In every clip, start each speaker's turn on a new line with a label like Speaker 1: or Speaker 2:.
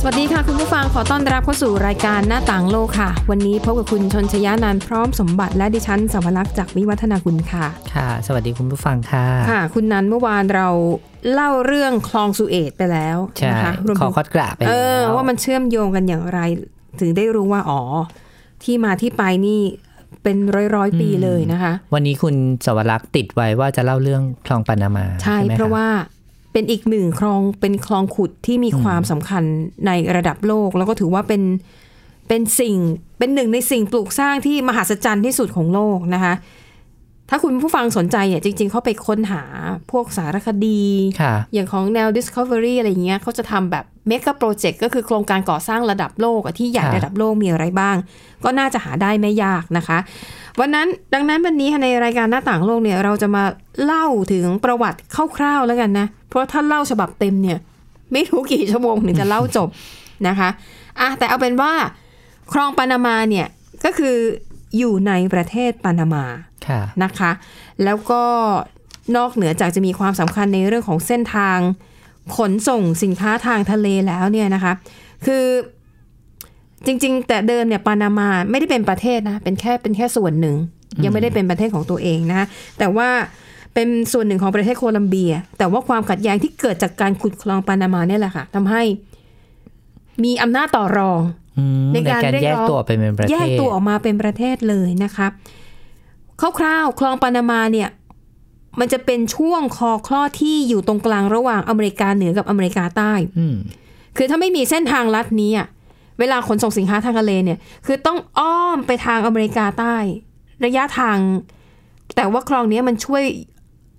Speaker 1: สวัสดีค่ะ คุณผู้ฟังขอต้อนรับเข้าสู่รายการหน้าต่างโลกค่ะ วันนี้พบกับคุณชนชยานานท์พร้อมสมบัติและดิฉันสวรักษ์จากวิวัฒนาคุณค่ะ
Speaker 2: ค่ะ สวัสดีคุณผู้ฟังค่ะ
Speaker 1: ค่ะ คุณนันเมื่อวานเราเล่าเรื่องคลองสุเอตไปแล้ว
Speaker 2: ใช่
Speaker 1: นะคะรวม
Speaker 2: ขอ
Speaker 1: ถึง
Speaker 2: คอดกระไป
Speaker 1: เอ
Speaker 2: แล้
Speaker 1: อ
Speaker 2: ว
Speaker 1: ว่ามันเชื่อมโยงกันอย่างไร ถึงได้รู้ว่าอ๋อที่มาที่ไปนี่เป็นร้อยร้อยๆปีเลยนะคะ
Speaker 2: วันนี้คุณสวรักษ์ติดไว้ว่าจะเล่าเรื่องคลองปานามา
Speaker 1: ใช่
Speaker 2: ไหมค
Speaker 1: เพราะว่าเป็นอีกหนึ่งคลองเป็นคลองขุดที่มีความสำคัญในระดับโลก แล้วก็ถือว่าเป็นเป็นสิ่งเป็นหนึ่งในสิ่งปลูกสร้างที่มหัศจรรย์ที่สุดของโลกนะคะ ถ้าคุณผู้ฟังสนใจเนี่ยจริง ๆ เขาไปค้นหาพวกสารคดี
Speaker 2: ค่ะ
Speaker 1: อย่างของแนว Discovery อะไรเงี้ยเขาจะทำแบบเมกะโปรเจกต์ก็คือโครงการก่อสร้างระดับโลกอะที่ใหญ่
Speaker 2: ค่ะ
Speaker 1: ระดับโลกมีอะไรบ้าง ก็น่าจะหาได้ไม่ยากนะคะ วันนั้นดังนั้นวันนี้ค่ะในรายการหน้าต่างโลกเนี่ยเราจะมาเล่าถึงประวัติคร่าวๆแล้วกันนะ เพราะถ้าเล่าฉบับเต็มเนี่ย ไม่รู้กี่ชั่วโมงถึงจะเล่าจบ นะคะอ่ะแต่เอาเป็นว่า คลองปานามาเนี่ยก็คืออยู่ในประเทศปานามา
Speaker 2: ค่ะ
Speaker 1: นะคะแล้วก็นอกเหนือจากจะมีความสำคัญในเรื่องของเส้นทาง ขนส่งสินค้าทางทะเลแล้วเนี่ยนะคะคือจริง ๆ แต่เดิมเนี่ยปานามาไม่ได้เป็นประเทศนะเป็นแค่เป็นแค่ส่วนหนึ่ง ยังไม่ได้เป็นประเทศของตัวเองนะคะแต่ว่าเป็นส่วนหนึ่งของประเทศโคลัมเบีย แต่ว่าความขัดแย้งที่เกิดจากการขุดคลองปานามาเนี่ยแหละค่ะทำให้มีอำนาจต่อรอง
Speaker 2: อืม
Speaker 1: ใน
Speaker 2: ใน
Speaker 1: การ
Speaker 2: การ
Speaker 1: เรี
Speaker 2: แย
Speaker 1: ยก
Speaker 2: ก
Speaker 1: ร้อง
Speaker 2: ตัวไปเป็นประ
Speaker 1: แย
Speaker 2: เท
Speaker 1: ก
Speaker 2: ศ
Speaker 1: ตัวออกมาเป็นประเทศเลยนะคะคร่าวๆ คลองปานามาเนี่ย มันจะเป็นช่วงคอคลอดที่อยู่ตรงกลางระหว่างอเมริกาเหนือกับอเมริกาใต้
Speaker 2: อืม
Speaker 1: คือถ้าไม่มีเส้นทางลัดนี้อะเวลาขนส่งสินค้าทางทะเลเนี่ย คือต้องอ้อมไปทางอเมริกาใต้ ระยะทาง แต่ว่าคลองเนี้ยมันช่วย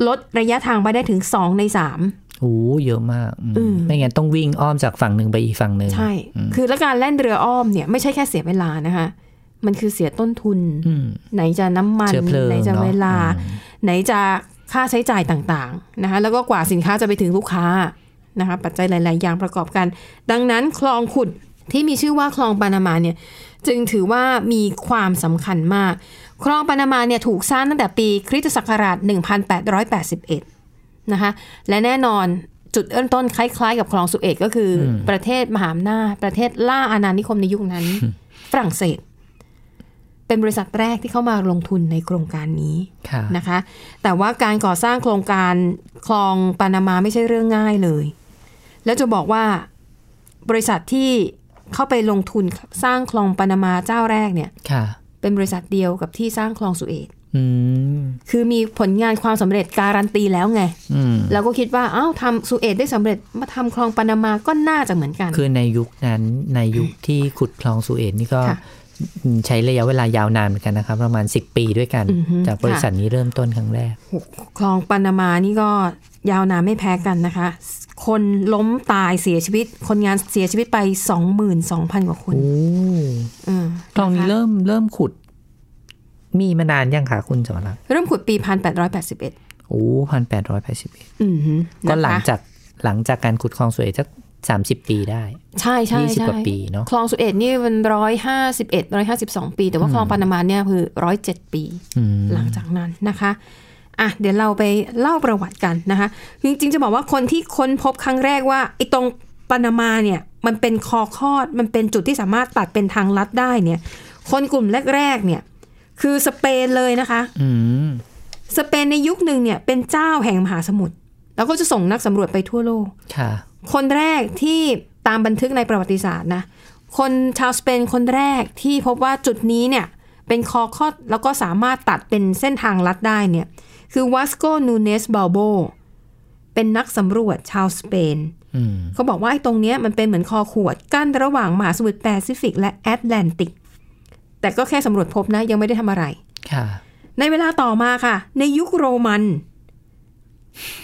Speaker 1: ลดระยะทางไปได้ถึงสองในสาม
Speaker 2: โอ้เยอะมากอืม
Speaker 1: อืม
Speaker 2: ไม่งั้นต้องวิ่งอ้อมจากฝั่งหนึ่งไปอีกฝั่งหนึ่ง
Speaker 1: ใช่ คือและการแล่นเรืออ้อมเนี่ยไม่ใช่แค่เสียเวลานะคะ มันคือเสียต้นทุน
Speaker 2: อืม
Speaker 1: ไหนจะน้ำมัน
Speaker 2: เชื้อเพลิง
Speaker 1: ไหนจะ
Speaker 2: เนอะ
Speaker 1: เวลา
Speaker 2: อืม
Speaker 1: ไหนจะค่าใช้จ่ายต่างๆนะคะแล้วก็กว่าสินค้าจะไปถึงลูกค้านะคะปัจจัยหลาย ๆ อย่างประกอบกัน ดังนั้นคลองขุดที่มีชื่อว่าคลองปานามาเนี่ยจึงถือว่ามีความสำคัญมาก คลองปานามาเนี่ยถูกสร้างตั้งแต่ปีคริสตศักราช 1881 นะคะและแน่นอนจุดเริ่มต้นคล้าย ๆ กับคลองสุเอตก็คืออประเทศมหาอำนาจประเทศล่าอาณานิคมในยุคนั้น ฝรั่งเศส เป็นบริษัทแรกที่เข้ามาลงทุนในโครงการนี้
Speaker 2: ค่ะ
Speaker 1: นะคะแต่ว่าการก่อสร้างโครงการคลองปานามาไม่ใช่เรื่องง่ายเลย แล้วจะบอกว่าบริษัทที่เข้าไปลงทุนสร้างคลองปานามาเจ้าแรกเนี่ย
Speaker 2: ค่ะ
Speaker 1: เป็นบริษัทเดียวกับที่สร้างคลองสุเอต
Speaker 2: อืม
Speaker 1: คือมีผลงานความสำเร็จการันตีแล้วไง
Speaker 2: อืม
Speaker 1: เราก็คิดว่าอ้าวทำสุเอตได้สำเร็จมาทำคลองปานามาก็น่าจะเหมือนกัน
Speaker 2: คือในยุคนั้นในยุคที่ขุดคลองสุเอตนี่ก็
Speaker 1: ค่ะ
Speaker 2: ใช้ระยะเวลายาวนานเหมือนกันนะครับ ประมาณ 10 ปีด้วยกัน จากบริษัทนี้เริ่มต้นครั้งแรก
Speaker 1: คลองปานามานี่ก็ยาวนานไม่แพ้กันนะคะ คนล้มตายเสียชีวิต คนงานเสียชีวิตไป 22,000 กว่าคน
Speaker 2: โอ้
Speaker 1: อืม
Speaker 2: คลอง
Speaker 1: ะ
Speaker 2: นี้
Speaker 1: คะ
Speaker 2: เริ่มเริ่มขุด มีมานานยังคะคุณสวรักษ์
Speaker 1: เริ่มขุดปี 1881
Speaker 2: โอ้พันแปดร้อยแปดสิบ
Speaker 1: อือหือ
Speaker 2: ก็หลัง
Speaker 1: นะคะ
Speaker 2: จากหลังจากการขุดคลองสุเอตสักสามสิบปีได้
Speaker 1: ใช่ใช่
Speaker 2: 20
Speaker 1: ใช่
Speaker 2: กว่าปีเนอะ
Speaker 1: คลองสุเอตนี่มันร้อยห้าสิบเอ็ดร้อยห้าสิบสองปี แต่ว่าคลองปานามาเนี่ยคือร้อยเจ็ดปี
Speaker 2: อืม
Speaker 1: หลังจากนั้นนะคะอ่ะเดี๋ยวเราไปเล่าประวัติกันนะคะ จริงๆจะบอกว่าคนที่ค้นพบครั้งแรกว่าไอ้ตรงปานามาเนี่ยมันเป็นคอคอด มันเป็นจุดที่สามารถตัดเป็นทางลัดได้เนี่ย คนกลุ่มแรกๆเนี่ยคือสเปนเลยนะคะ
Speaker 2: อืม
Speaker 1: สเปนในยุคหนึ่งเนี่ยเป็นเจ้าแห่งมหาสมุทรแล้วก็จะส่งนักสำรวจไปทั่วโลก
Speaker 2: ค่ะ
Speaker 1: คนแรกที่ตามบันทึกในประวัติศาสตร์นะคนชาวสเปนคนแรกที่พบว่าจุดนี้เนี่ยเป็นคอคอดแล้วก็สามารถตัดเป็นเส้นทางลัดได้เนี่ยคือวัสโกนูเนสบาโบเป็นนักสำรวจชาวสเปน
Speaker 2: อืม
Speaker 1: เขาบอกว่าไอ้ตรงเนี้ยมันเป็นเหมือนคอขวด กั้นระหว่างมหาสมุทรแปซิฟิกและแอตแลนติก แต่ก็แค่สำรวจพบนะยังไม่ได้ทำอะไร
Speaker 2: ค่ะ
Speaker 1: ในเวลาต่อมาค่ะ ในยุคโรมัน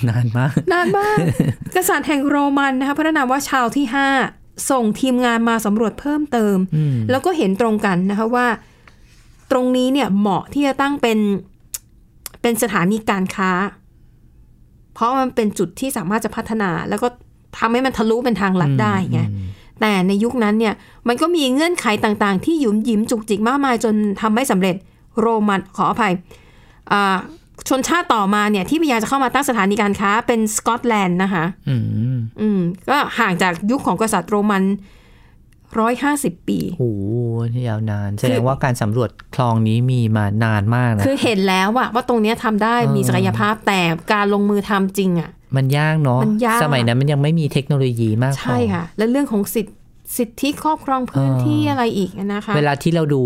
Speaker 2: นานมาก
Speaker 1: นานมาก กษัตริย์แห่งโรมันนะคะพระนามว่าชาวที่ 5 ส่งทีมงานมาสำรวจเพิ่มเติม
Speaker 2: อืม
Speaker 1: แล้วก็เห็นตรงกันนะคะว่า ตรงนี้เนี่ยเหมาะที่จะตั้งเป็นเป็นสถานีการค้า เพราะมันเป็นจุดที่สามารถจะพัฒนาแล้วก็ ทำให้มันทะลุเป็นทางลัดได้ไง
Speaker 2: อืม
Speaker 1: แต่ในยุคนั้นเนี่ยมันก็มีเงื่อนไขต่างๆ ที่หยุมหยิมจุกจิกมากมายจนทำไม่สำเร็จโรมันขออภัยอ่าชนชาติต่อมาเนี่ยที่พยายามจะเข้ามาตั้งสถานีการค้าเป็นสกอตแลนด์นะคะ
Speaker 2: อืม
Speaker 1: อืมก็ห่างจากยุคของกษัตริย์โรมันร้อยห้าสิบปี
Speaker 2: โอ้โหยาวนาน แสดงว่าการสำรวจคลองนี้มีมานานมากนะ
Speaker 1: คือเห็นแล้วอะว่าตรงเนี้ยทำได้
Speaker 2: เออ
Speaker 1: มีศักยภาพแต่การลงมือทำจริงอะ
Speaker 2: มันยากเนาะ
Speaker 1: มันยาก
Speaker 2: สมัยนั้นมันยังไม่มีเทคโนโลยีมากพอ
Speaker 1: ใช่ค่ะ และเรื่องของสิทธิสิทธิครอบครองพื้น
Speaker 2: เออ
Speaker 1: ที่อะไรอีกนะคะ
Speaker 2: เวลาที่เราดู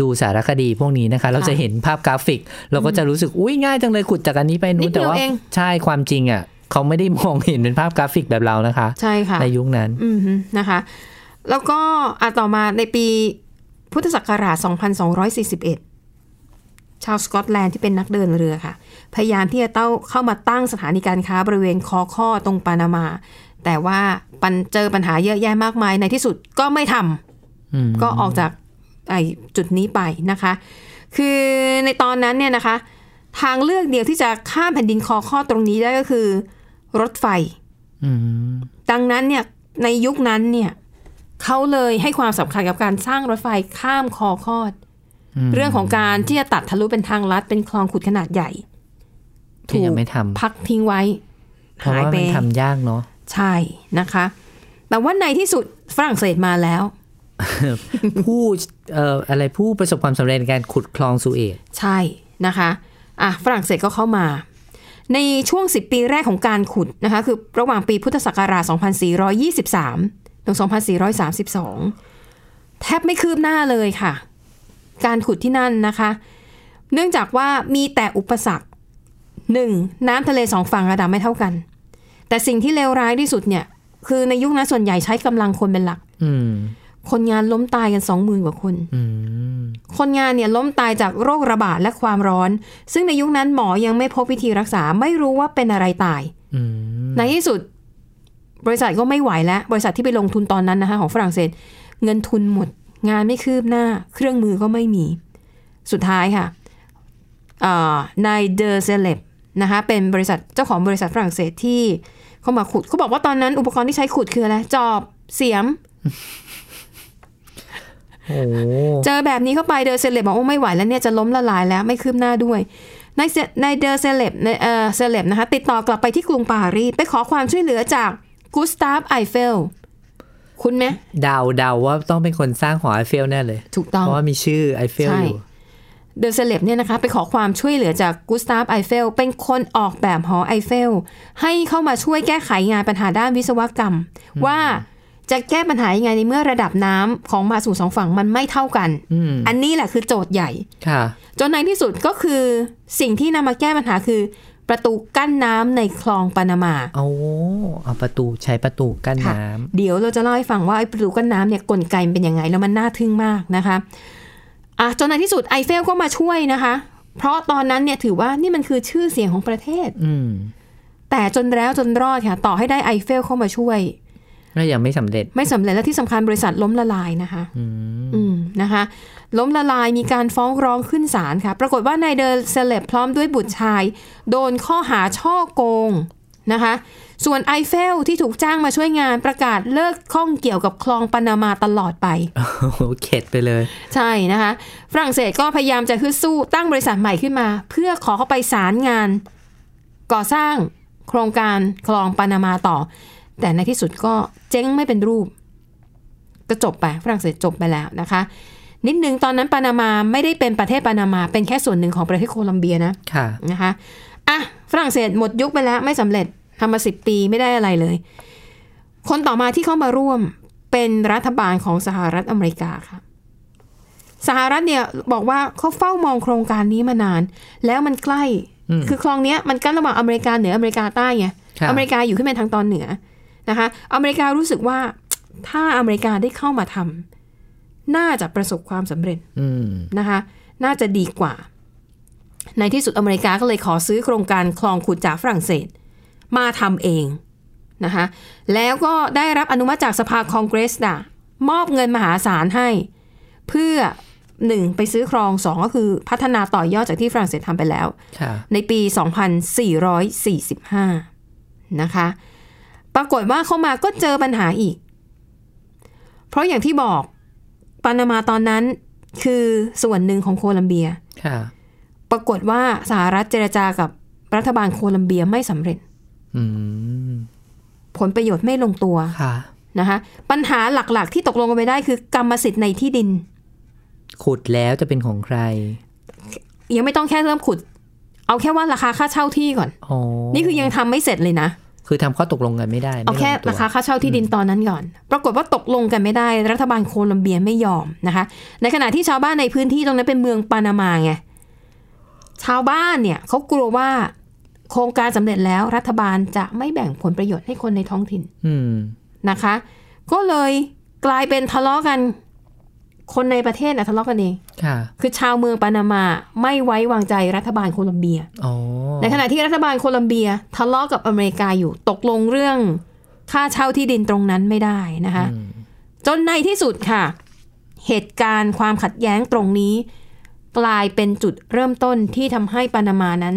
Speaker 2: ดูสารคดีพวกนี้นะคะ เราจะเห็นภาพกราฟิก เราก็จะรู้สึกอุ้ยง่ายจังเลยขุดจากอันนี้ไป
Speaker 1: นิ
Speaker 2: นู้
Speaker 1: ด
Speaker 2: น
Speaker 1: เดี
Speaker 2: แต่
Speaker 1: ยว
Speaker 2: ว่า
Speaker 1: เอง
Speaker 2: ใช่ความจริงอ่ะเขาไม่ได้มองเห็นเป็นภาพกราฟิกแบบเรานะคะ
Speaker 1: ใช่ค่ะ
Speaker 2: ในยุคนั้น
Speaker 1: อืมนะคะ แล้วก็อะต่อมาในปีพุทธศักราช 2241 ชาวสกอตแลนด์ที่เป็นนักเดินเรือค่ะ พยายามที่จะเต้าเข้ามาตั้งสถานีการค้าบริเวณคอข้อตรงปานามา แต่ว่าปันเจอปัญหาเยอะแยะมากมายในที่สุดก็ไม่ท
Speaker 2: อืม
Speaker 1: ำก็ออกจากไอจุดนี้ไปนะคะ คือในตอนนั้นเนี่ยนะคะ ทางเลือกเดียวที่จะข้ามแผ่นดินคอข้อตรงนี้ได้ก็คือ รถไฟ
Speaker 2: อืม
Speaker 1: ดังนั้นเนี่ยในยุคนั้นเนี่ยเขาเลยให้ความสำคัญกับการสร้างรถไฟข้ามคอคอด เรื่องของการที่จะตัดทะลุเป็นทางลัดเป็นคลองขุดขนาดใหญ่
Speaker 2: ที่ยังไม่ทำ
Speaker 1: พักทิ้งไว้
Speaker 2: เพราะ
Speaker 1: หาย
Speaker 2: ว่า
Speaker 1: ไป
Speaker 2: มันทำยาก เนาะ
Speaker 1: ใช่นะคะ แต่ว่าในที่สุดฝรั่งเศสมาแล้ว
Speaker 2: ผู้เอ่ออะไรผู้ประสบความสำเร็จในการขุดคลองสุเอต
Speaker 1: ใช่นะคะอ่ะฝรั่งเศสก็เข้ามา ในช่วง 10 ปีแรกของการขุดนะคะคือระหว่างปีพุทธศักราช 2423 ถึง 2432 แทบไม่คืบหน้าเลยค่ะ การขุดที่นั่นนะคะ เนื่องจากว่ามีแต่อุปสรรค 1. น้ำทะเลสองฝั่งระดับไม่เท่ากัน แต่สิ่งที่เลวร้ายที่สุดเนี่ย คือในยุคนั้นส่วนใหญ่ใช้กำลังคนเป็นหลัก
Speaker 2: อืม
Speaker 1: คนงานล้มตายกัน 20,000กว่าคน
Speaker 2: อืม
Speaker 1: คนงานเนี่ยล้มตายจากโรคระบาดและความร้อน ซึ่งในยุคนั้นหมอยังไม่พบวิธีรักษาไม่รู้ว่าเป็นอะไรตาย
Speaker 2: อืม
Speaker 1: ในที่สุด บริษัทก็ไม่ไหวแล้ว บริษัทที่ไปลงทุนตอนนั้นนะคะของฝรั่งเศส เงินทุนหมด งานไม่คืบหน้า เครื่องมือก็ไม่มี สุดท้ายค่ะเอ่อนายเดอเซเลบนะคะเป็นบริษัทเจ้าของบริษัทฝรั่งเศสที่เขามาขุดเขาบอกว่าตอนนั้นอุปกรณ์ที่ใช้ขุดคืออะไรจอบเสียม
Speaker 2: โอ้โห
Speaker 1: เจอแบบนี้เข้าไปเดอเซเลบบอกว่าไม่ไหวแล้วเนี่ยจะล้มละลายแล้วไม่คืบหน้าด้วยนายเซนายเดอเซเลบในเอ่อเซเลบนะคะติดต่อกลับไปที่กรุงปารีสไปขอความช่วยเหลือจากกุสตาฟไอเฟล คุณไหม
Speaker 2: เดาเดาว่าต้องเป็นคนสร้างหอไอเฟลแน่เลย
Speaker 1: ถูกต้อง
Speaker 2: เพราะว่ามีชื่อไอเฟล
Speaker 1: ใช่
Speaker 2: อยู่
Speaker 1: เดอเซเลบเนี่ยนะคะไปขอความช่วยเหลือจากกุสตาฟไอเฟล เป็นคนออกแบบหอไอเฟล ให้เข้ามาช่วยแก้ไขงานปัญหาด้านวิศวกรรม ว่าจะแก้ปัญหายังไงในเมื่อระดับน้ำของมหาสมุทรสองฝั่งมันไม่เท่ากัน
Speaker 2: อืม
Speaker 1: อันนี้แหละคือโจทย์ใหญ่
Speaker 2: ค่ะ
Speaker 1: จนในที่สุดก็คือสิ่งที่นำมาแก้ปัญหาคือ ประตูกั้นน้ำในคลองปานามา
Speaker 2: เอาเอาประตูใช้ประตูกั้น
Speaker 1: ค่ะ
Speaker 2: น้
Speaker 1: เดี๋ยวเราจะเล่าให้ฟังว่าไอ้ประตูกั้นน้ำเนี่ยกลไกมันเป็นยังไง แล้วมันน่าทึ่งมากนะคะอ่ะจนในที่สุดไอเฟลก็มาช่วยนะคะ เพราะตอนนั้นเนี่ยถือว่านี่มันคือชื่อเสียงของประเทศ
Speaker 2: ำอืม
Speaker 1: แต่จนแล้วจนรอดค่ะ ต่อให้ได้ไอเฟลเข้ามาช่วย
Speaker 2: แล้วยังไม่สำเร็จ
Speaker 1: ไม่สำเร็จและที่สำคัญบริษัทล้มละลายนะคะ
Speaker 2: อืม
Speaker 1: อืมนะคะ ล้มละลายมีการฟ้องร้องขึ้นศาลค่ะ ปรากฏว่านายเดอเซเลบพร้อมด้วยบุตรชาย โดนข้อหาช่อโกงนะคะ ส่วนไอเฟลที่ถูกจ้างมาช่วยงานประกาศเลิกข้องเกี่ยวกับคลองปานามาตลอดไป
Speaker 2: เข็ดไปเลย
Speaker 1: ใช่นะคะ ฝรั่งเศสก็พยายามจะฮึดสู้ตั้งบริษัทใหม่ขึ้นมา เพื่อขอเข้าไปสารงาน ก่อสร้างโครงการคลองปานามาต่อ แต่ในที่สุดก็เจ๊งไม่เป็นรูป ก็จบไปฝรั่งเศสจบไปแล้วนะคะ นิดนึงตอนนั้นปานามาไม่ได้เป็นประเทศปานามา เป็นแค่ส่วนหนึ่งของประเทศโคลัมเบียนะ
Speaker 2: ค่ะ
Speaker 1: นะคะอ่ะฝรั่งเศสหมดยุคไปแล้วไม่สำเร็จทำมาสิบปีไม่ได้อะไรเลย คนต่อมาที่เข้ามาร่วมเป็นรัฐบาลของสหรัฐอเมริกาค่ะ สหรัฐเนี่ยบอกว่าเขาเฝ้ามองโครงการนี้มานาน แล้วมันใกล้
Speaker 2: อืม
Speaker 1: คือคลองเนี้ยมันกั้นระหว่างอเมริกาเหนืออเมริกาใต้ไง
Speaker 2: ครับ
Speaker 1: อเมริกาอยู่ขึ้นไปทางตอนเหนือนะคะ อเมริการู้สึกว่าถ้าอเมริกาได้เข้ามาทำน่าจะประสบความสำเร็จ
Speaker 2: อืม
Speaker 1: นะคะน่าจะดีกว่า ในที่สุดอเมริกาก็เลยขอซื้อโครงการคลองขุดจากฝรั่งเศส มาทำเองนะคะแล้วก็ได้รับอนุมัติจากสภาคองเกรสนะมอบเงินมหาศาลให้ เพื่อหนึ่งไปซื้อคลองสองก็คือพัฒนาต่อยอดจากที่ฝรั่งเศสทำไปแล้ว
Speaker 2: ค่ะ
Speaker 1: ในปี 2445 นะคะ ป ปรากฏว่าเข้ามาก็เจอปัญหาอีก เพราะอย่างที่บอกปานามาตอนนั้นคือส่วนหนึ่งของโคลัมเบีย
Speaker 2: ค่ะ
Speaker 1: ปรากฏว่าสหรัฐเจรจากับรัฐบาลโคลัมเบียไม่สำเร็จ
Speaker 2: อืม
Speaker 1: ผลประโยชน์ไม่ลงตัว
Speaker 2: ค่ะ
Speaker 1: นะคะปัญหาหลักๆ ที่ตกลงกันไปได้คือกรรมสิทธิ์ในที่ดิน
Speaker 2: ขุดแล้วจะเป็นของใคร
Speaker 1: ยังไม่ต้องแค่เริ่มขุด เอาแค่ว่าราคาค่าเช่าที่ก่อน
Speaker 2: อ๋อ
Speaker 1: นี่คือยังทำไม่เสร็จเลยนะ
Speaker 2: คือทำข้อตกลงกันไม่ได้
Speaker 1: เอาแค่
Speaker 2: ไม่ลงตัว
Speaker 1: ราคาค่าเช่าที่ดินตอนนั้นก่อน ปรากฏว่าตกลงกันไม่ได้ รัฐบาลโคลัมเบียไม่ยอมนะคะ ในขณะที่ชาวบ้านในพื้นที่ตรงนั้นเป็นเมืองปานามาไง ชาวบ้านเนี่ยเขากลัวว่าโครงการสำเร็จแล้วรัฐบาลจะไม่แบ่งผลประโยชน์ให้คนในท้องถิ่น
Speaker 2: อืม
Speaker 1: นะคะ ก็เลยกลายเป็นทะเลาะกัน คนในประเทศนะทะเลาะกันเอง
Speaker 2: ค่ะ
Speaker 1: คือชาวเมืองปานามาไม่ไว้วางใจรัฐบาลโคลัมเบีย
Speaker 2: อ๋อ
Speaker 1: ในขณะที่รัฐบาลโคลัมเบียทะเลาะกับอเมริกาอยู่ตกลงเรื่องค่าเช่าที่ดินตรงนั้นไม่ได้นะคะ
Speaker 2: อืม
Speaker 1: จนในที่สุดค่ะ เหตุการณ์ความขัดแย้งตรงนี้ กลายเป็นจุดเริ่มต้นที่ทำให้ปานามานั้น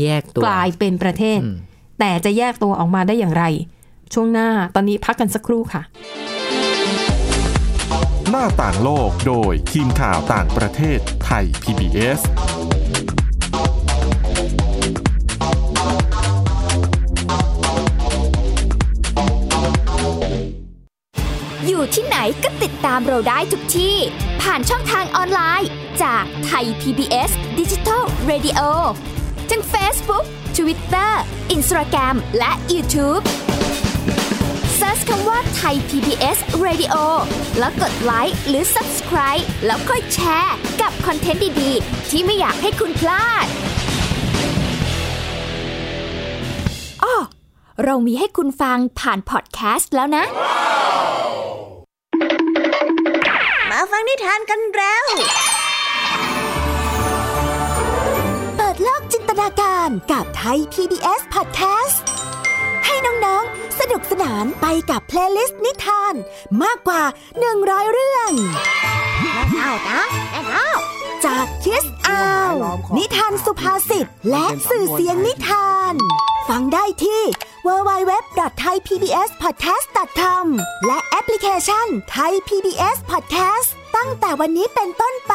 Speaker 2: แยกตัว
Speaker 1: กลายเป็นประเทศ
Speaker 2: อืม
Speaker 1: แต่จะแยกตัวออกมาได้อย่างไร ช่วงหน้าตอนนี้พักกันสักครู่ค่ะ
Speaker 3: หน้าต่างโลกโดยทีมข่าวต่างประเทศไทย PBS
Speaker 4: อยู่ที่ไหนก็ติดตามเราได้ทุกที่ ผ่านช่องทางออนไลน์ จากไทย PBS Digital Radio ทั้ง Facebook Twitter Instagram และ YouTube Search คำว่าไทย PBS Radio แล้วกดไลค์หรือ Subscribe แล้วค่อยแชร์ กับคอนเทนต์ดี ๆ ที่ไม่อยากให้คุณพลาดอ้อเรามีให้คุณฟังผ่านพอดแคสต์แล้วนะ
Speaker 5: มาฟังนิทานกันแล้ว
Speaker 4: เปิดโลกจินตนาการกับไทย PBS Podcast ให้น้อง ๆ สนุกสนานไปกับเพลย์ลิสต์นิทาน มากกว่า 100 เรื่อง
Speaker 5: เอานะแม่เอา
Speaker 4: จากคิสอาว นิทานสุภาษิตและสื่อเสียงนิทาน ฟังได้ที่ www.thaipbspodcast.com และแอปพลิเคชัน Thai PBS Podcast ตั้งแต่วันนี้เป็นต้นไป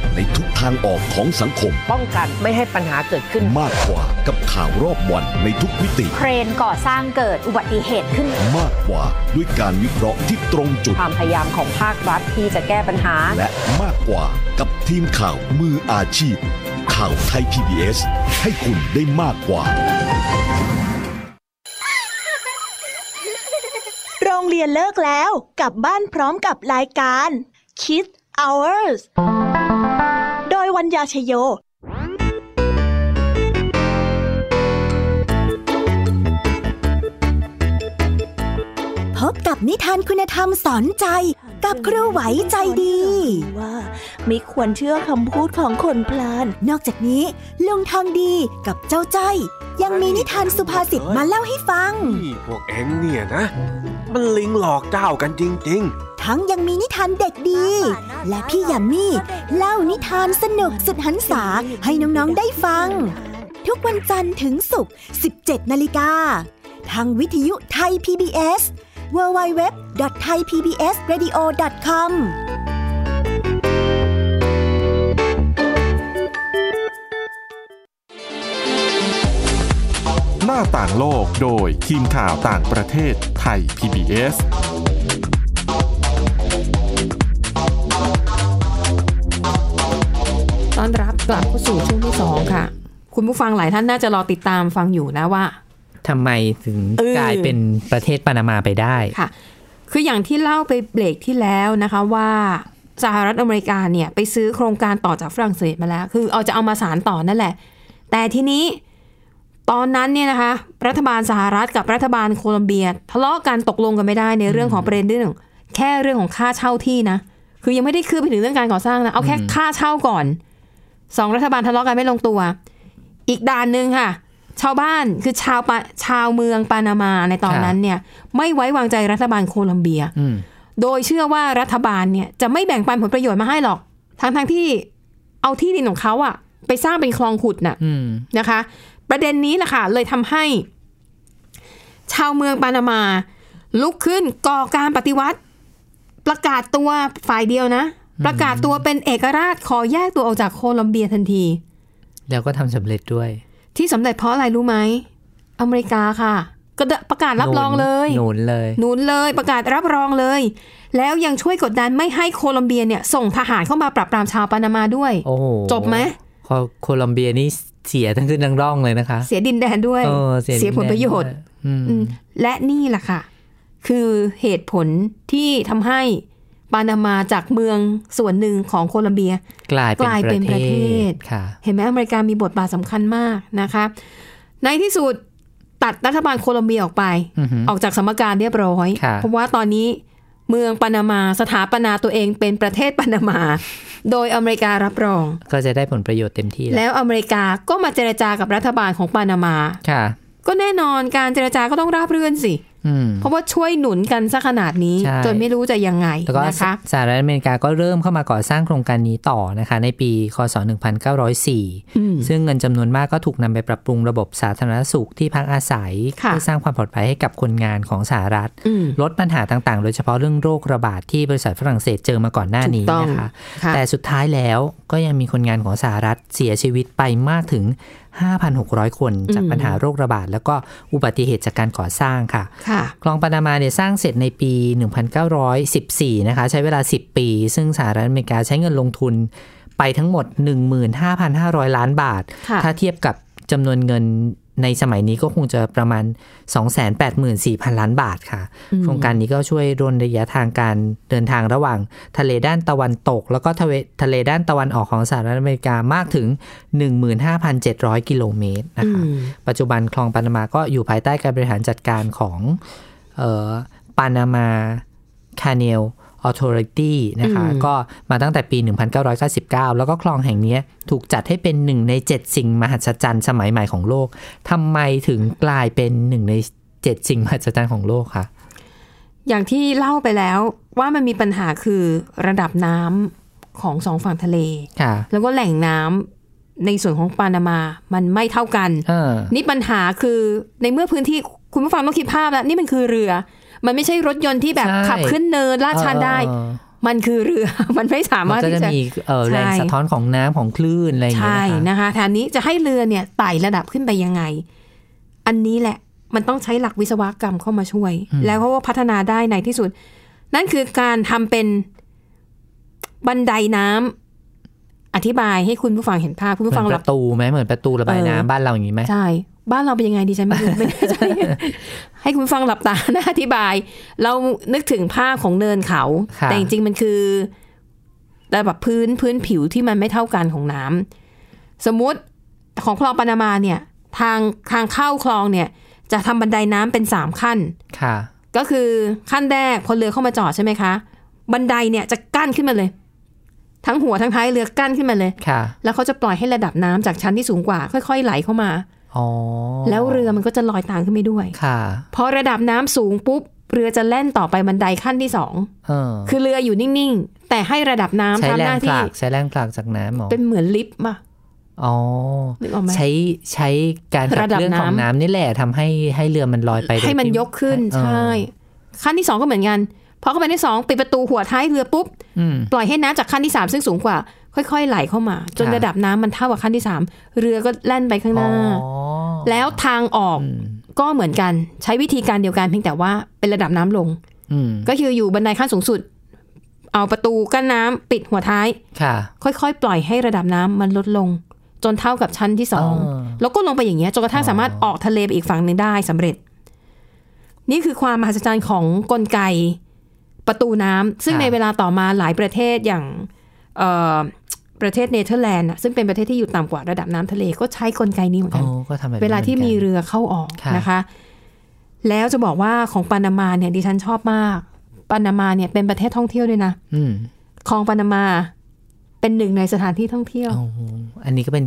Speaker 6: ในทุกทางออกของสังคม
Speaker 7: ป้องกันไม่ให้ปัญหาเกิดขึ้น
Speaker 6: มากกว่ากับข่าวรอบวันในทุกมิติ
Speaker 8: เครนก่อสร้างเกิดอุบัติเหตุขึ้น
Speaker 6: มากกว่าด้วยการวิเคราะห์ที่ตรงจุด
Speaker 7: ความพยายามของภาครัฐที่จะแก้ปัญหา
Speaker 6: และมากกว่ากับทีมข่าวมืออาชีพ ข่าวไทย PBS ให้คุณได้มากกว่า
Speaker 5: โรงเรียนเลิกแล้ว กลับบ้านพร้อมกับรายการ Kids Hours โดยวัญญาชยโย
Speaker 4: พบกับนิทานคุณธรรมสอนใจ กับครูไหวใจดี
Speaker 5: ว่าไม่ควรเชื่อคำพูดของคนพลาน
Speaker 4: นอกจากนี้ลุงทองดีกับเจ้าจ้อยยังมีนิทานสุภาษิตมาเล่าให้ฟัง
Speaker 9: นี่พวกเองเนี่ยนะ มันลิงหลอกเจ้ากันจริง
Speaker 4: ทั้งยังมีนิทานเด็กดี และพี่ยามีเล่านิทานสนุกสุดหันษาให้น้อง ๆ ได้ฟัง ทุกวันจันทร์ถึงศุกร์ 17 นาฬิกา ทางวิทยุไทย PBS www.thaipbsradio.com
Speaker 3: หน้าต่างโลกโดยทีมข่าวต่างประเทศไทย PBS
Speaker 1: ต้อนรับกลับเข้าสู่ช่วงที่สองค่ะ คุณผู้ฟังหลายท่านน่าจะรอติดตามฟังอยู่นะว่า
Speaker 2: ทำไมถึง
Speaker 1: เออ
Speaker 2: กลายเป็นประเทศปานามาไปได้
Speaker 1: ค่ะ คืออย่างที่เล่าไปเบรกที่แล้วนะคะว่าสหรัฐอเมริกาเนี่ยไปซื้อโครงการต่อจากฝรั่งเศสมาแล้ว คือเอาจะเอามาสารต่อนั่นแหละ แต่ทีนี้ตอนนั้นเนี่ยนะคะ รัฐบาลสหรัฐกับรัฐบาลโคลอมเบีย ทะเลาะกันตกลงกันไม่ได้ในเรื่องของประเด็นเรื่อง แค่เรื่องของค่าเช่าที่นะ คือยังไม่ได้คืบไปถึงเรื่องการก่อสร้างนะ เอาแค่ค่าเช่าก่อน สองรัฐบาลทะเลาะกันไม่ลงตัว อีกด่านหนึ่งค่ะ ชาวบ้านคือชาวปะชาวเมืองปานามาในตอน
Speaker 2: ครับ
Speaker 1: นั้นเนี่ย ไม่ไว้วางใจรัฐบาลโคลัมเบีย
Speaker 2: อืม
Speaker 1: โดยเชื่อว่ารัฐบาลเนี่ยจะไม่แบ่งปันผลประโยชน์มาให้หรอก ทั้งทงๆที่เอาที่ดินของเขาอะไปสร้างเป็นคลองขุดน่ะ
Speaker 2: อืม
Speaker 1: นะคะประเด็นนี้แหละค่ะเลยทำให้ ชาวเมืองปานามา ลุกขึ้นก่อการปฏิวัติ ประกาศตัวฝ่ายเดียวนะ ประกาศตัวเป็นเอกราชขอแยกตัวออกจากโคลอมเบียทันที
Speaker 2: แล้วก็ทำสำเร็จด้วย
Speaker 1: ที่สำเร็จเพราะอะไรรู้ไหม อเมริกาค่ะ ก็ประกาศรับรองเลย
Speaker 2: หนุนเลย
Speaker 1: หนุนเลยประกาศรับรองเลย แล้วยังช่วยกดดันไม่ให้โคลอมเบียเนี่ยส่งทหารเข้ามาปราบปรามชาวปานามาด้วย
Speaker 2: โอ้โห
Speaker 1: จบไหม
Speaker 2: โคโคลัมเบียนี่เสียทั้งขึ้นทั้งร่องเลยนะคะ
Speaker 1: เสียดินแดนด้วย
Speaker 2: ออ
Speaker 1: เสียผลประโยชน์
Speaker 2: อืม
Speaker 1: อืมและนี่แหละค่ะ คือเหตุผลที่ทำให้ปานามาจากเมืองส่วนหนึ่งของโคลัมเบีย
Speaker 2: กลาย
Speaker 1: กลายเป็
Speaker 2: เป็น น
Speaker 1: ป
Speaker 2: ประ ระ
Speaker 1: เท
Speaker 2: เท
Speaker 1: ศ
Speaker 2: ศค่ะ
Speaker 1: เห็นไหมอเมริกามีบทบาทสำคัญมากนะคะ ในที่สุดตัดรัฐบาลโคลัมเบียออกไป
Speaker 2: อือหือ
Speaker 1: ออกจากสมการเรียบร้อย
Speaker 2: ค่ะ
Speaker 1: เพราะว่าตอนนี้เมืองปานามาสถาปนาตัวเองเป็นประเทศปานามา โดยอเมริการับรอง
Speaker 2: ก็จะได้ผลประโยชน์เต็มที่แล้ว
Speaker 1: แล้วอเมริกาก็มาเจรจากับรัฐบาลของปานามา
Speaker 2: ค่ะ
Speaker 1: ก็แน่นอนการเจรจาก็ต้องราบรื่นสิ
Speaker 2: อืม
Speaker 1: เพราะว่าช่วยหนุนกันซะขนาดนี้
Speaker 2: ใช่
Speaker 1: จนไม่รู้จะยังไง
Speaker 2: แล้วก็
Speaker 1: นะคะ
Speaker 2: สหรัฐอเมริกาก็เริ่มเข้ามาก่อสร้างโครงการนี้ต่อนะคะ ในปี คศ 1904
Speaker 1: อืม
Speaker 2: ซึ่งเงินจำนวนมากก็ถูกนำไปปรับปรุงระบบสาธารณสุขที่พักอาศัย
Speaker 1: ค่ะ
Speaker 2: เพื่อสร้างความปลอดภัยให้กับคนงานของสหรัฐ
Speaker 1: อืม
Speaker 2: ลดปัญหาต่างๆ โดยเฉพาะเรื่องโรคระบาดที่บริษัทฝรั่งเศสเจอมาก่อนหน้านี้
Speaker 1: ถูกต้อง
Speaker 2: นะคะ
Speaker 1: ค่ะ
Speaker 2: แต่สุดท้ายแล้วก็ยังมีคนงานของสหรัฐเสียชีวิตไปมากถึง 5,600 คน จากปัญหาโรคระบาด แล้วก็อุบัติเหตุจากการก่อสร้างค่ะ
Speaker 1: ค่ะ
Speaker 2: คลองปานามาเนี่ยสร้างเสร็จในปี 1914 นะคะ ใช้เวลา 10 ปี ซึ่งสหรัฐอเมริกาใช้เงินลงทุนไปทั้งหมด 15,500 ล้านบาท
Speaker 1: ค่ะ
Speaker 2: ถ้าเทียบกับจำนวนเงินในสมัยนี้ก็คงจะประมาณ 284,000 ล้านบาทค่ะ โครงการนี้ก็ช่วยรนระยะทางการเดินทางระหว่าง ทะเลด้านตะวันตก แล้วก็ทะเลทะเลด้านตะวันออกของสหรัฐอเมริกามากถึง 15,700 กิโลเมตรนะ
Speaker 1: อื
Speaker 2: คะ
Speaker 1: ม
Speaker 2: ปัจจุบันคลองปานามาก็อยู่ภายใต้การบริหารจัดการของปานามาคาเนลออโตริตี้นะคะ
Speaker 1: อืม
Speaker 2: ก็มาตั้งแต่ปี 1999 แล้วก็คลองแห่งเนี้ยถูกจัดให้เป็นหนึ่งใน 7 สิ่งมหัศจรรย์สมัยใหม่ของโลกทำไมถึงกลายเป็นหนึ่งใน 7 สิ่งมหัศจรรย์ของโลกคะ
Speaker 1: อย่างที่เล่าไปแล้วว่ามันมีปัญหาคือระดับน้ำของสองฝั่งทะเล
Speaker 2: ค่ะ
Speaker 1: แล้วก็แหล่งน้ำในส่วนของปานามามันไม่เท่ากัน
Speaker 2: เออ
Speaker 1: นี่ปัญหาคือในเมื่อพื้นที่คุณผู้ฟังต้องคิดภาพแล้ว นี่มันคือเรือ มันไม่ใช่รถยนต์ที่แบบขับขึ้นเนินลาดชันได้
Speaker 2: เออ
Speaker 1: มันคือเรือ มันไม่สา
Speaker 2: มั
Speaker 1: มารถ
Speaker 2: นก็
Speaker 1: ที่
Speaker 2: จะ
Speaker 1: จะ
Speaker 2: มีเอ่อ
Speaker 1: ใช่
Speaker 2: แรงสะท้อนของน้ำของคลื่นอะไรอย่างเงี้
Speaker 1: ใช่
Speaker 2: ยนะคะ
Speaker 1: นะคะแทนนี้จะให้เรือเนี่ยไต่ระดับขึ้นไปยังไง อันนี้แหละมันต้องใช้หลักวิศวกรรมเข้ามาช่วย
Speaker 2: อืม
Speaker 1: แล้วเขาก็พัฒนาได้ในที่สุด นั่นคือการทำเป็นบันไดน้ำอธิบายให้คุณผู้ฟังเห็นภาพคุณผู้ฟัง
Speaker 2: เหมือน
Speaker 1: ห
Speaker 2: ป
Speaker 1: ลับ
Speaker 2: ระตูไหมเหมือนประตูระบาย
Speaker 1: เออ
Speaker 2: น้ำบ้านเราอย่างนี้ไหม
Speaker 1: ใช่ บ้านเราเป็นยังไงดีฉันไม่รู้ ไม่แน่ใจให้คุณผู้ฟังหลับตานะอธิบาย เรานึกถึงภาพของเนินเขา
Speaker 2: ค่ะ
Speaker 1: แต่จริงๆมันคือระดับพื้นพื้นผิวที่มันไม่เท่ากันของน้ำสมมุติของคลองปานามาเนี่ย ทางทางเข้าคลองเนี่ย จะทำบันไดน้ำเป็นสามขั้น
Speaker 2: ค่ะ
Speaker 1: ก็คือขั้นแรกพอเรือเข้ามาจอดใช่ไหมคะ บันไดเนี่ยจะกั้นขึ้นมาเลย ทั้งหัวทั้งท้ายเรือกั้นขึ้นมาเลย
Speaker 2: ค่ะ
Speaker 1: แล้วเขาจะปล่อยให้ระดับน้ำจากชั้นที่สูงกว่า ค่อย ๆ ไหลเข้ามา
Speaker 2: อ๋อ
Speaker 1: แล้วเรือมันก็จะลอยตามขึ้นไปด้วย
Speaker 2: ค่ะ
Speaker 1: พอระดับน้ำสูงปุ๊บ เรือจะแล่นต่อไปบันไดขั้นที่สอง
Speaker 2: เออ
Speaker 1: คือเรืออยู่นิ่ง ๆ แต่ให้ระดับน้ำ
Speaker 2: ใช้
Speaker 1: ทำ
Speaker 2: แร
Speaker 1: ห
Speaker 2: ง
Speaker 1: น้า
Speaker 2: ผ
Speaker 1: ที่
Speaker 2: ลักใช้แรงผลักจากน้ำหรอ
Speaker 1: เป็นเหมือนลิฟต์มา
Speaker 2: อ๋อ
Speaker 1: นึกออกไหม
Speaker 2: ใช้ใช้การขับ
Speaker 1: ระดับ
Speaker 2: เรื่องของ
Speaker 1: น้ำ
Speaker 2: น้ำนี่แหละทำให้ให้เรือมันลอยไปโด
Speaker 1: ให้มัน
Speaker 2: ที่
Speaker 1: ยกขึ้น
Speaker 2: เออ
Speaker 1: ใช่ ขั้นที่สองก็เหมือนกัน พอเข้าไปในสองปิดประตูหัวท้ายเรือปุ๊บ
Speaker 2: อืม
Speaker 1: ปล่อยให้น้ำจากขั้นที่สามซึ่งสูงกว่า ค่อย ๆ ไหลเข้ามา จน
Speaker 2: ค่ะ
Speaker 1: ระดับน้ำมันเท่ากับขั้นที่สามเรือก็แล่นไปข้างห
Speaker 2: อ๋อ
Speaker 1: น้า แล้วทางออกก็เหมือนกันใช้วิธีการเดียวกันเพียงแต่ว่าเป็นระดับน้ำลง
Speaker 2: อืม
Speaker 1: ก็คืออยู่บันไดขั้นสูงสุด เอาประตูกั้นน้ำปิดหัวท้าย
Speaker 2: ค่ะ
Speaker 1: ค่อยๆ ปล่อยให้ระดับน้ำมันลดลง จนเท่ากับชั้นที่สอง
Speaker 2: อ่า
Speaker 1: แล้วก็ลงไปอย่างเงี้ยจนกระทั่งสามารถออกทะเลไปอีกฝั่งหนึ่งได้สำเร็จ นี่คือความมหัศจรรย์ของกลไกประตูน้ำซึ่งในเวลาต่อมาหลายประเทศอย่างเอ่อประเทศเนเธอร์แลนด์อะซึ่งเป็นประเทศที่อยู่ต่ำกว่าระดับน้ำทะเลก็ใช้กลไกนี้เหมือน
Speaker 2: โอ้
Speaker 1: กัน
Speaker 2: ก็ทำแบบนี้
Speaker 1: เวลาที่มี
Speaker 2: หอนกัน
Speaker 1: เรือเข้าออก
Speaker 2: ค่ะ
Speaker 1: นะคะ แล้วจะบอกว่าของปานามาเนี่ยดิฉันชอบมาก ปานามาเนี่ยเป็นประเทศท่องเที่ยวด้วยนะ
Speaker 2: อืม
Speaker 1: คลองปานามาเป็นหนึ่งในสถานที่ท่องเที่ยว
Speaker 2: อ๋ออันนี้ก็เป็น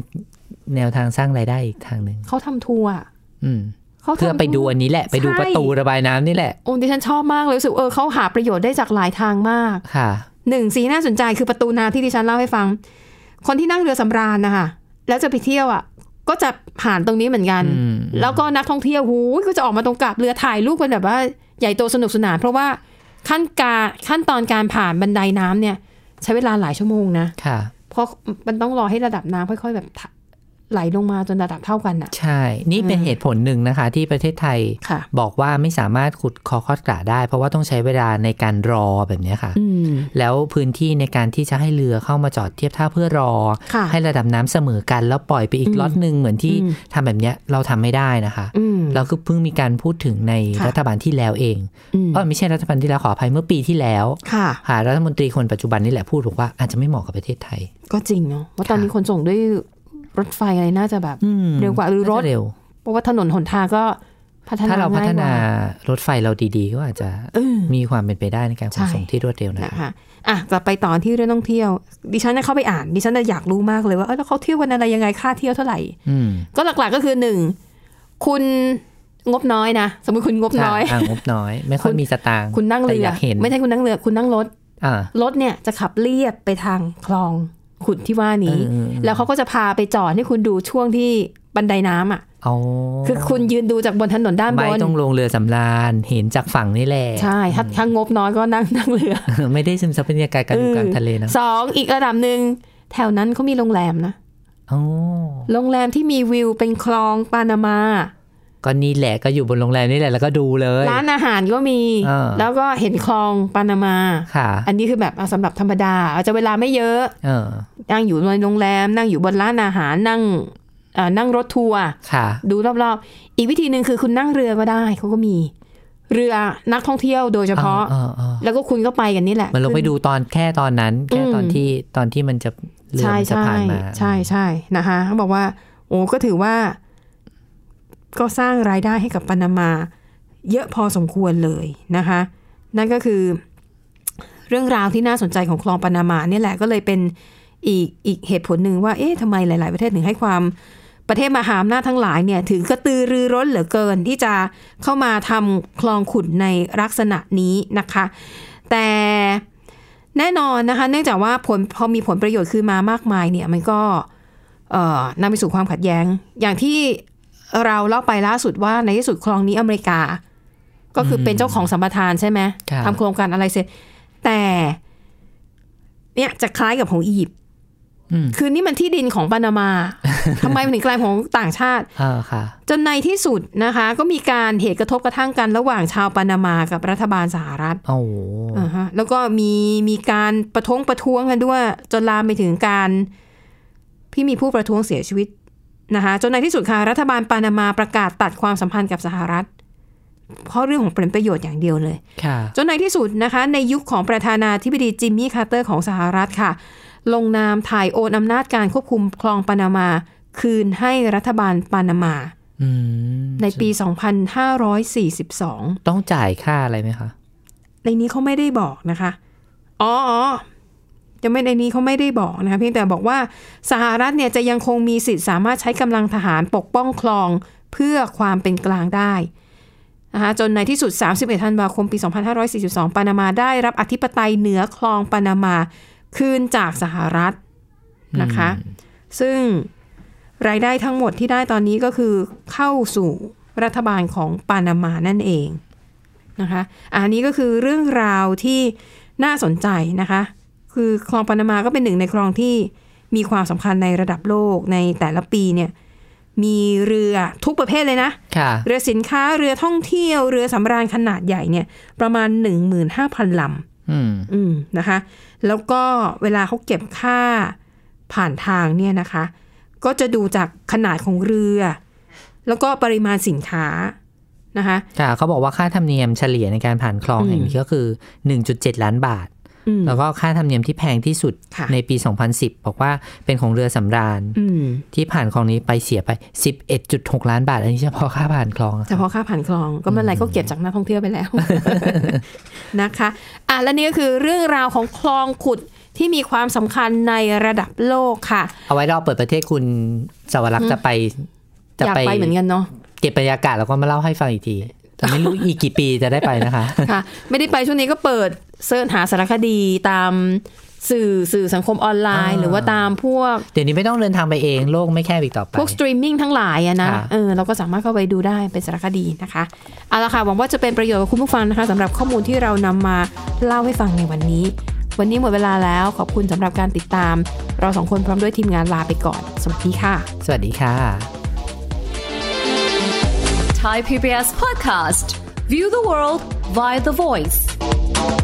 Speaker 2: แนวทางสร้างรายได้อีกทางหนึ่ง
Speaker 1: เขาทำทัวร์อะ
Speaker 2: อืม
Speaker 1: เขาทำ
Speaker 2: เพื่อไปดูอันนี้แหละ ไปดูประตูระบายน้ำนี่แหละ
Speaker 1: โอ้ดิฉันชอบมากเลยรู้สึกเออเขาหาประโยชน์ได้จากหลายทางมาก
Speaker 2: ค่ะ
Speaker 1: หนึ่งสีน่าสนใจคือประตูนาที่ดิฉันเล่าให้ฟัง คนที่นั่งเรือสำราญนะคะแล้วจะไปเที่ยวอ่ะ ก็จะผ่านตรงนี้เหมือนกัน
Speaker 2: อืม
Speaker 1: แล้วก็นักท่องเที่ยวหูยก็จะออกมาตรงกาบเรือถ่ายรูปกันแบบว่าใหญ่โตสนุกสนาน เพราะว่าขั้นการขั้นตอนการผ่านบันไดน้ำเนี่ย ใช้เวลาหลายชั่วโมงนะ
Speaker 2: ค่ะ
Speaker 1: เพราะมันต้องรอให้ระดับน้ำค่อย ๆ แบบถไหลลงมาจนระดับเท่ากันอ่ะ
Speaker 2: ใช่ นี่เป็นเหตุผลหนึ่งนะคะ ที่ประเทศไทย
Speaker 1: ค่ะ
Speaker 2: บอกว่าไม่สามารถขุดคอคอดกระได้ เพราะว่าต้องใช้เวลาในการรอแบบเนี้ยค่ะ
Speaker 1: อืม
Speaker 2: แล้วพื้นที่ในการที่จะให้เรือเข้ามาจอดเทียบท่าเพื่อรอ
Speaker 1: ค่ะ
Speaker 2: ให้ระดับน้ำเสมอกัน แล้วปล่อยไปอีก
Speaker 1: อืม
Speaker 2: ล็อตหนึ่งเหมือนที่
Speaker 1: อืม
Speaker 2: ทำแบบเนี้ยเราทำไม่ได้นะคะ
Speaker 1: อืม
Speaker 2: แล้วคือเพิ่งมีการพูดถึงใน
Speaker 1: ค่ะ
Speaker 2: รัฐบาลที่แล้วเอง
Speaker 1: อืม
Speaker 2: เออไม่ใช่รัฐบาลที่แล้วขออภัยเมื่อปีที่แล้ว
Speaker 1: ค่ะ
Speaker 2: ค่ะรัฐมนตรีคนปัจจุบันนี่แหละพูดบอกว่าอาจจะไม่เหมาะกับประเทศไทย
Speaker 1: ก็จริงเนาะว่าตอนนี้ขนส่งด้วยรถไฟอะไรน่าจะแบบ
Speaker 2: อืม
Speaker 1: เร็วกว่าหรือรถ
Speaker 2: น่จะเร็ว
Speaker 1: เพราะว่าถนนหนทางก็พัฒนา
Speaker 2: ถ้าเราพัฒนาย
Speaker 1: กว่
Speaker 2: รถไฟเราดีๆ ก็อาจจะ
Speaker 1: เออ
Speaker 2: มีความเป็นไปได้ในการขนส่ง
Speaker 1: ใช่
Speaker 2: ที่รวดเร็วนะ
Speaker 1: นะคะ คะอ่ะกลับไปต่อที่เรื่องท่องเที่ยว ดิฉันน่ะเข้าไปอ่านดิฉันน่ะอยากรู้มากเลยว่าเออแล้วเขาเที่ยวกันอะไรยังไงค่าเที่ยวเท่าไหร่
Speaker 2: อืม
Speaker 1: ก็หลักๆก็คือหนึ่งคุณงบน้อยนะสมมติคุณงบน้อย
Speaker 2: ใช่ะงบน้อย ไม่ค่อยมีสตางค์
Speaker 1: คุณนั่งเรื
Speaker 2: แต่
Speaker 1: อ
Speaker 2: อยากเห็น
Speaker 1: ไม่ใช่คุณนั่งเรือ คุณนั่งรถ
Speaker 2: อ่า
Speaker 1: รถเนี่ยจะขับเรียบไปทางคลองขุดที่ว่านี้
Speaker 2: เออเออ
Speaker 1: แล้วเขาก็จะพาไปจอดให้คุณดูช่วงที่บันไดน้ำอ่ะ
Speaker 2: เอา
Speaker 1: คือคุณยืนดูจากบนถนนด้านบ
Speaker 2: ไม่
Speaker 1: น
Speaker 2: ต้องลงเรือสำราญเห็นจากฝั่งนี่แหละ
Speaker 1: ใช่ถ้าถ้างบน้อยก็นั่ง นั่งเรือ
Speaker 2: ไม่ได้ซึมซับบรรยากาศการอยู่กลางทะเลนะ
Speaker 1: สองอีกระดับหนึ่งแถวนั้นเขามีโรงแรมนะ
Speaker 2: อ๋อ
Speaker 1: โรงแรมที่มีวิวเป็นคลองปานามา
Speaker 2: ก็นี่แหละก็อยู่บนโรงแรมนี่แหละแล้วก็ดูเลย
Speaker 1: ร้านอาหารก็มี
Speaker 2: เออ
Speaker 1: แล้วก็เห็นคลองปานามา
Speaker 2: ค่ะ
Speaker 1: อันนี้คือแบบอ่ะสำหรับธรรมดา อาจจะเวลาไม่เยอะ
Speaker 2: เออ
Speaker 1: นั่งอยู่ในโรงแรม นั่งอยู่บนร้านอาหารนั่งเอ่อนั่งรถทัวร์
Speaker 2: ค่ะ
Speaker 1: ดูรอบๆ อีกวิธีหนึ่งคือคุณนั่งเรือก็ได้เขาก็มี เรือนักท่องเที่ยวโดยเฉพาะ
Speaker 2: ออออ
Speaker 1: แล้วก็คุณก็ไปกันนี่แหละ
Speaker 2: มันลงไปดูตอนแค่ตอนนั้น แค่ตอน
Speaker 1: อืม
Speaker 2: ที่ตอนที่มันจะเรือ
Speaker 1: ใช่
Speaker 2: มันจะ
Speaker 1: ใช่
Speaker 2: ผ่านมา
Speaker 1: ใช่ใช่นะคะเขาบอกว่า โอ้ก็ถือว่า ก็สร้างรายได้ให้กับปานามา เยอะพอสมควรเลยนะคะ นั่นก็คือ เรื่องราวที่น่าสนใจของคลองปานามาเนี่ยแหละก็เลยเป็นอีกอีกเหตุผลหนึ่งว่า เอ๊ะทำไมหลาย ๆ ประเทศถึงให้ความประเทศมหาอำนาจทั้งหลายเนี่ย ถึงกระตือรือร้นเหลือเกินที่จะเข้ามาทำคลองขุดในลักษณะนี้นะคะ แต่แน่นอนนะคะ เนื่องจากว่าผลพอมีผลประโยชน์คือมามากมายเนี่ยมันก็เอ่อนำไปสู่ความขัดแย้ง อย่างที่เราเล่าไปล่าสุดว่าในที่สุดคลองนี้อเมริกา ก็คือเป็นเจ้าของสัมปทานใช่ไหม
Speaker 2: ค่ะ
Speaker 1: ทำโครงการอะไรเสร็จ แต่เนี่ยจะคล้ายกับของอียิปต์
Speaker 2: อืม
Speaker 1: คือนี่มันที่ดินของปานามา ทำไมมันถึงกลายเป็นของต่างชาติ
Speaker 2: อ่าค่ะ
Speaker 1: จนในที่สุดนะคะ ก็มีการเหตุกระทบกระทั่งกันระหว่างชาวปานามากับรัฐบาลสหรัฐ
Speaker 2: โอ้โห
Speaker 1: อ่าฮะแล้วก็มีมีการประท้วงประท้วงกันด้วย จนลามไปถึงการที่มีผู้ประท้วงเสียชีวิตนะคะจนในที่สุดค่ะรัฐบาลปานามาประกาศตัดความสัมพันธ์กับสหรัฐ เพราะเรื่องของผลประโยชน์อย่างเดียวเลย
Speaker 2: ค่ะ
Speaker 1: จนในที่สุดนะคะ ในยุคของประธานาธิบดีจิมมี่คาร์เตอร์ของสหรัฐค่ะ ลงนามถ่ายโอนอำนาจการควบคุมคลองปานามา คืนให้รัฐบาลปานามา
Speaker 2: อืม
Speaker 1: ในปี 2542
Speaker 2: ต้องจ่ายค่าอะไรไหมคะ
Speaker 1: ในนี้เขาไม่ได้บอกนะคะ อ๋ออ๋อจะไม่ในนี้เขาไม่ได้บอกนะคะเพียงแต่บอกว่าสหรัฐเนี่ยจะยังคงมีสิทธิ์สามารถใช้กำลังทหารปกป้องคลองเพื่อความเป็นกลางได้นะคะจนในที่สุด 31 ธันวาคม ปี 2542 ปานามาได้รับอธิปไตยเหนือคลองปานามา คืนจากสหรัฐนะคะ ซึ่งรายได้ทั้งหมดที่ได้ตอนนี้ก็คือเข้าสู่รัฐบาลของปานามานั่นเอง นะคะอันนี้ก็คือเรื่องราวที่น่าสนใจนะคะ คือคลองปานามาก็เป็นหนึ่งในคลองที่มีความสำคัญในระดับโลกในแต่ละปีเนี่ยมีเรือทุกประเภทเลยนะ
Speaker 2: ค่ะ
Speaker 1: เรือสินค้าเรือท่องเที่ยว เรือสำราญขนาดใหญ่เนี่ยประมาณ 15,000 ลำ
Speaker 2: อืม
Speaker 1: อืมนะคะ แล้วก็เวลาเขาเก็บค่าผ่านทางเนี่ยนะคะ ก็จะดูจากขนาดของเรือ แล้วก็ปริมาณสินค้านะคะ
Speaker 2: ค่ะ เขาบอกว่าค่าธรรมเนียมเฉลี่ยในการผ่านคลองแห่งนี้ก็คือ 1.7 ล้านบาท
Speaker 1: อืม
Speaker 2: แล้วก็ค่าธรรมเนียมที่แพงที่สุด
Speaker 1: ค่ะ
Speaker 2: ในปี 2010 บอกว่าเป็นของเรือสำราญ
Speaker 1: อืม
Speaker 2: ที่ผ่านคลองนี้ไปเสียไป 11.6 ล้านบาท อันนี้เฉพาะค่าผ่านคลองอะ
Speaker 1: เฉพาะค่าผ่านคลองก็มันอะไรก็เก็บจากนัก ท่องเที่ยวไปแล้ว นะคะ อ่ะและนี่ก็คือเรื่องราวของคลองขุด ที่มีความสำคัญในระดับโลกค่ะ
Speaker 2: เอาไว้รอบเปิดประเทศคุณสวรักษ์จะไป จะ
Speaker 1: อยากไปเหมือนกันเนาะ
Speaker 2: เก็บบรรยากาศแล้วก็มาเล่าให้ฟังอีกทีแต่ไม่รู้ อีกกี่ปีจะได้ไปนะคะ
Speaker 1: ค่ะไม่ได้ไปช่วงนี้ก็เปิดเสิร์ชหาสารคดีตามสื่อสื่อสังคมออนไลน์
Speaker 2: อ่า
Speaker 1: หรือว่าตามพวก
Speaker 2: เดี๋ยวนี้ไม่ต้องเดินทางไปเองโลกไม่แคบอีกต่อไป
Speaker 1: พวกสตรีมมิ่งทั้งหลายอะนะ
Speaker 2: ค่ะ
Speaker 1: เออเราก็สามารถเข้าไปดูได้เป็นสารคดีนะคะเอาละค่ะหวังว่าจะเป็นประโยชน์กับคุณผู้ฟังนะคะสำหรับข้อมูลที่เรานำมาเล่าให้ฟังในวันนี้ วันนี้หมดเวลาแล้วขอบคุณสำหรับการติดตาม เราสองคนพร้อมด้วยทีมงานลาไปก่อนสวัสดีค่ะ
Speaker 2: สวัสดีค่ะ
Speaker 10: Thai PBS podcast. View the world via the voice.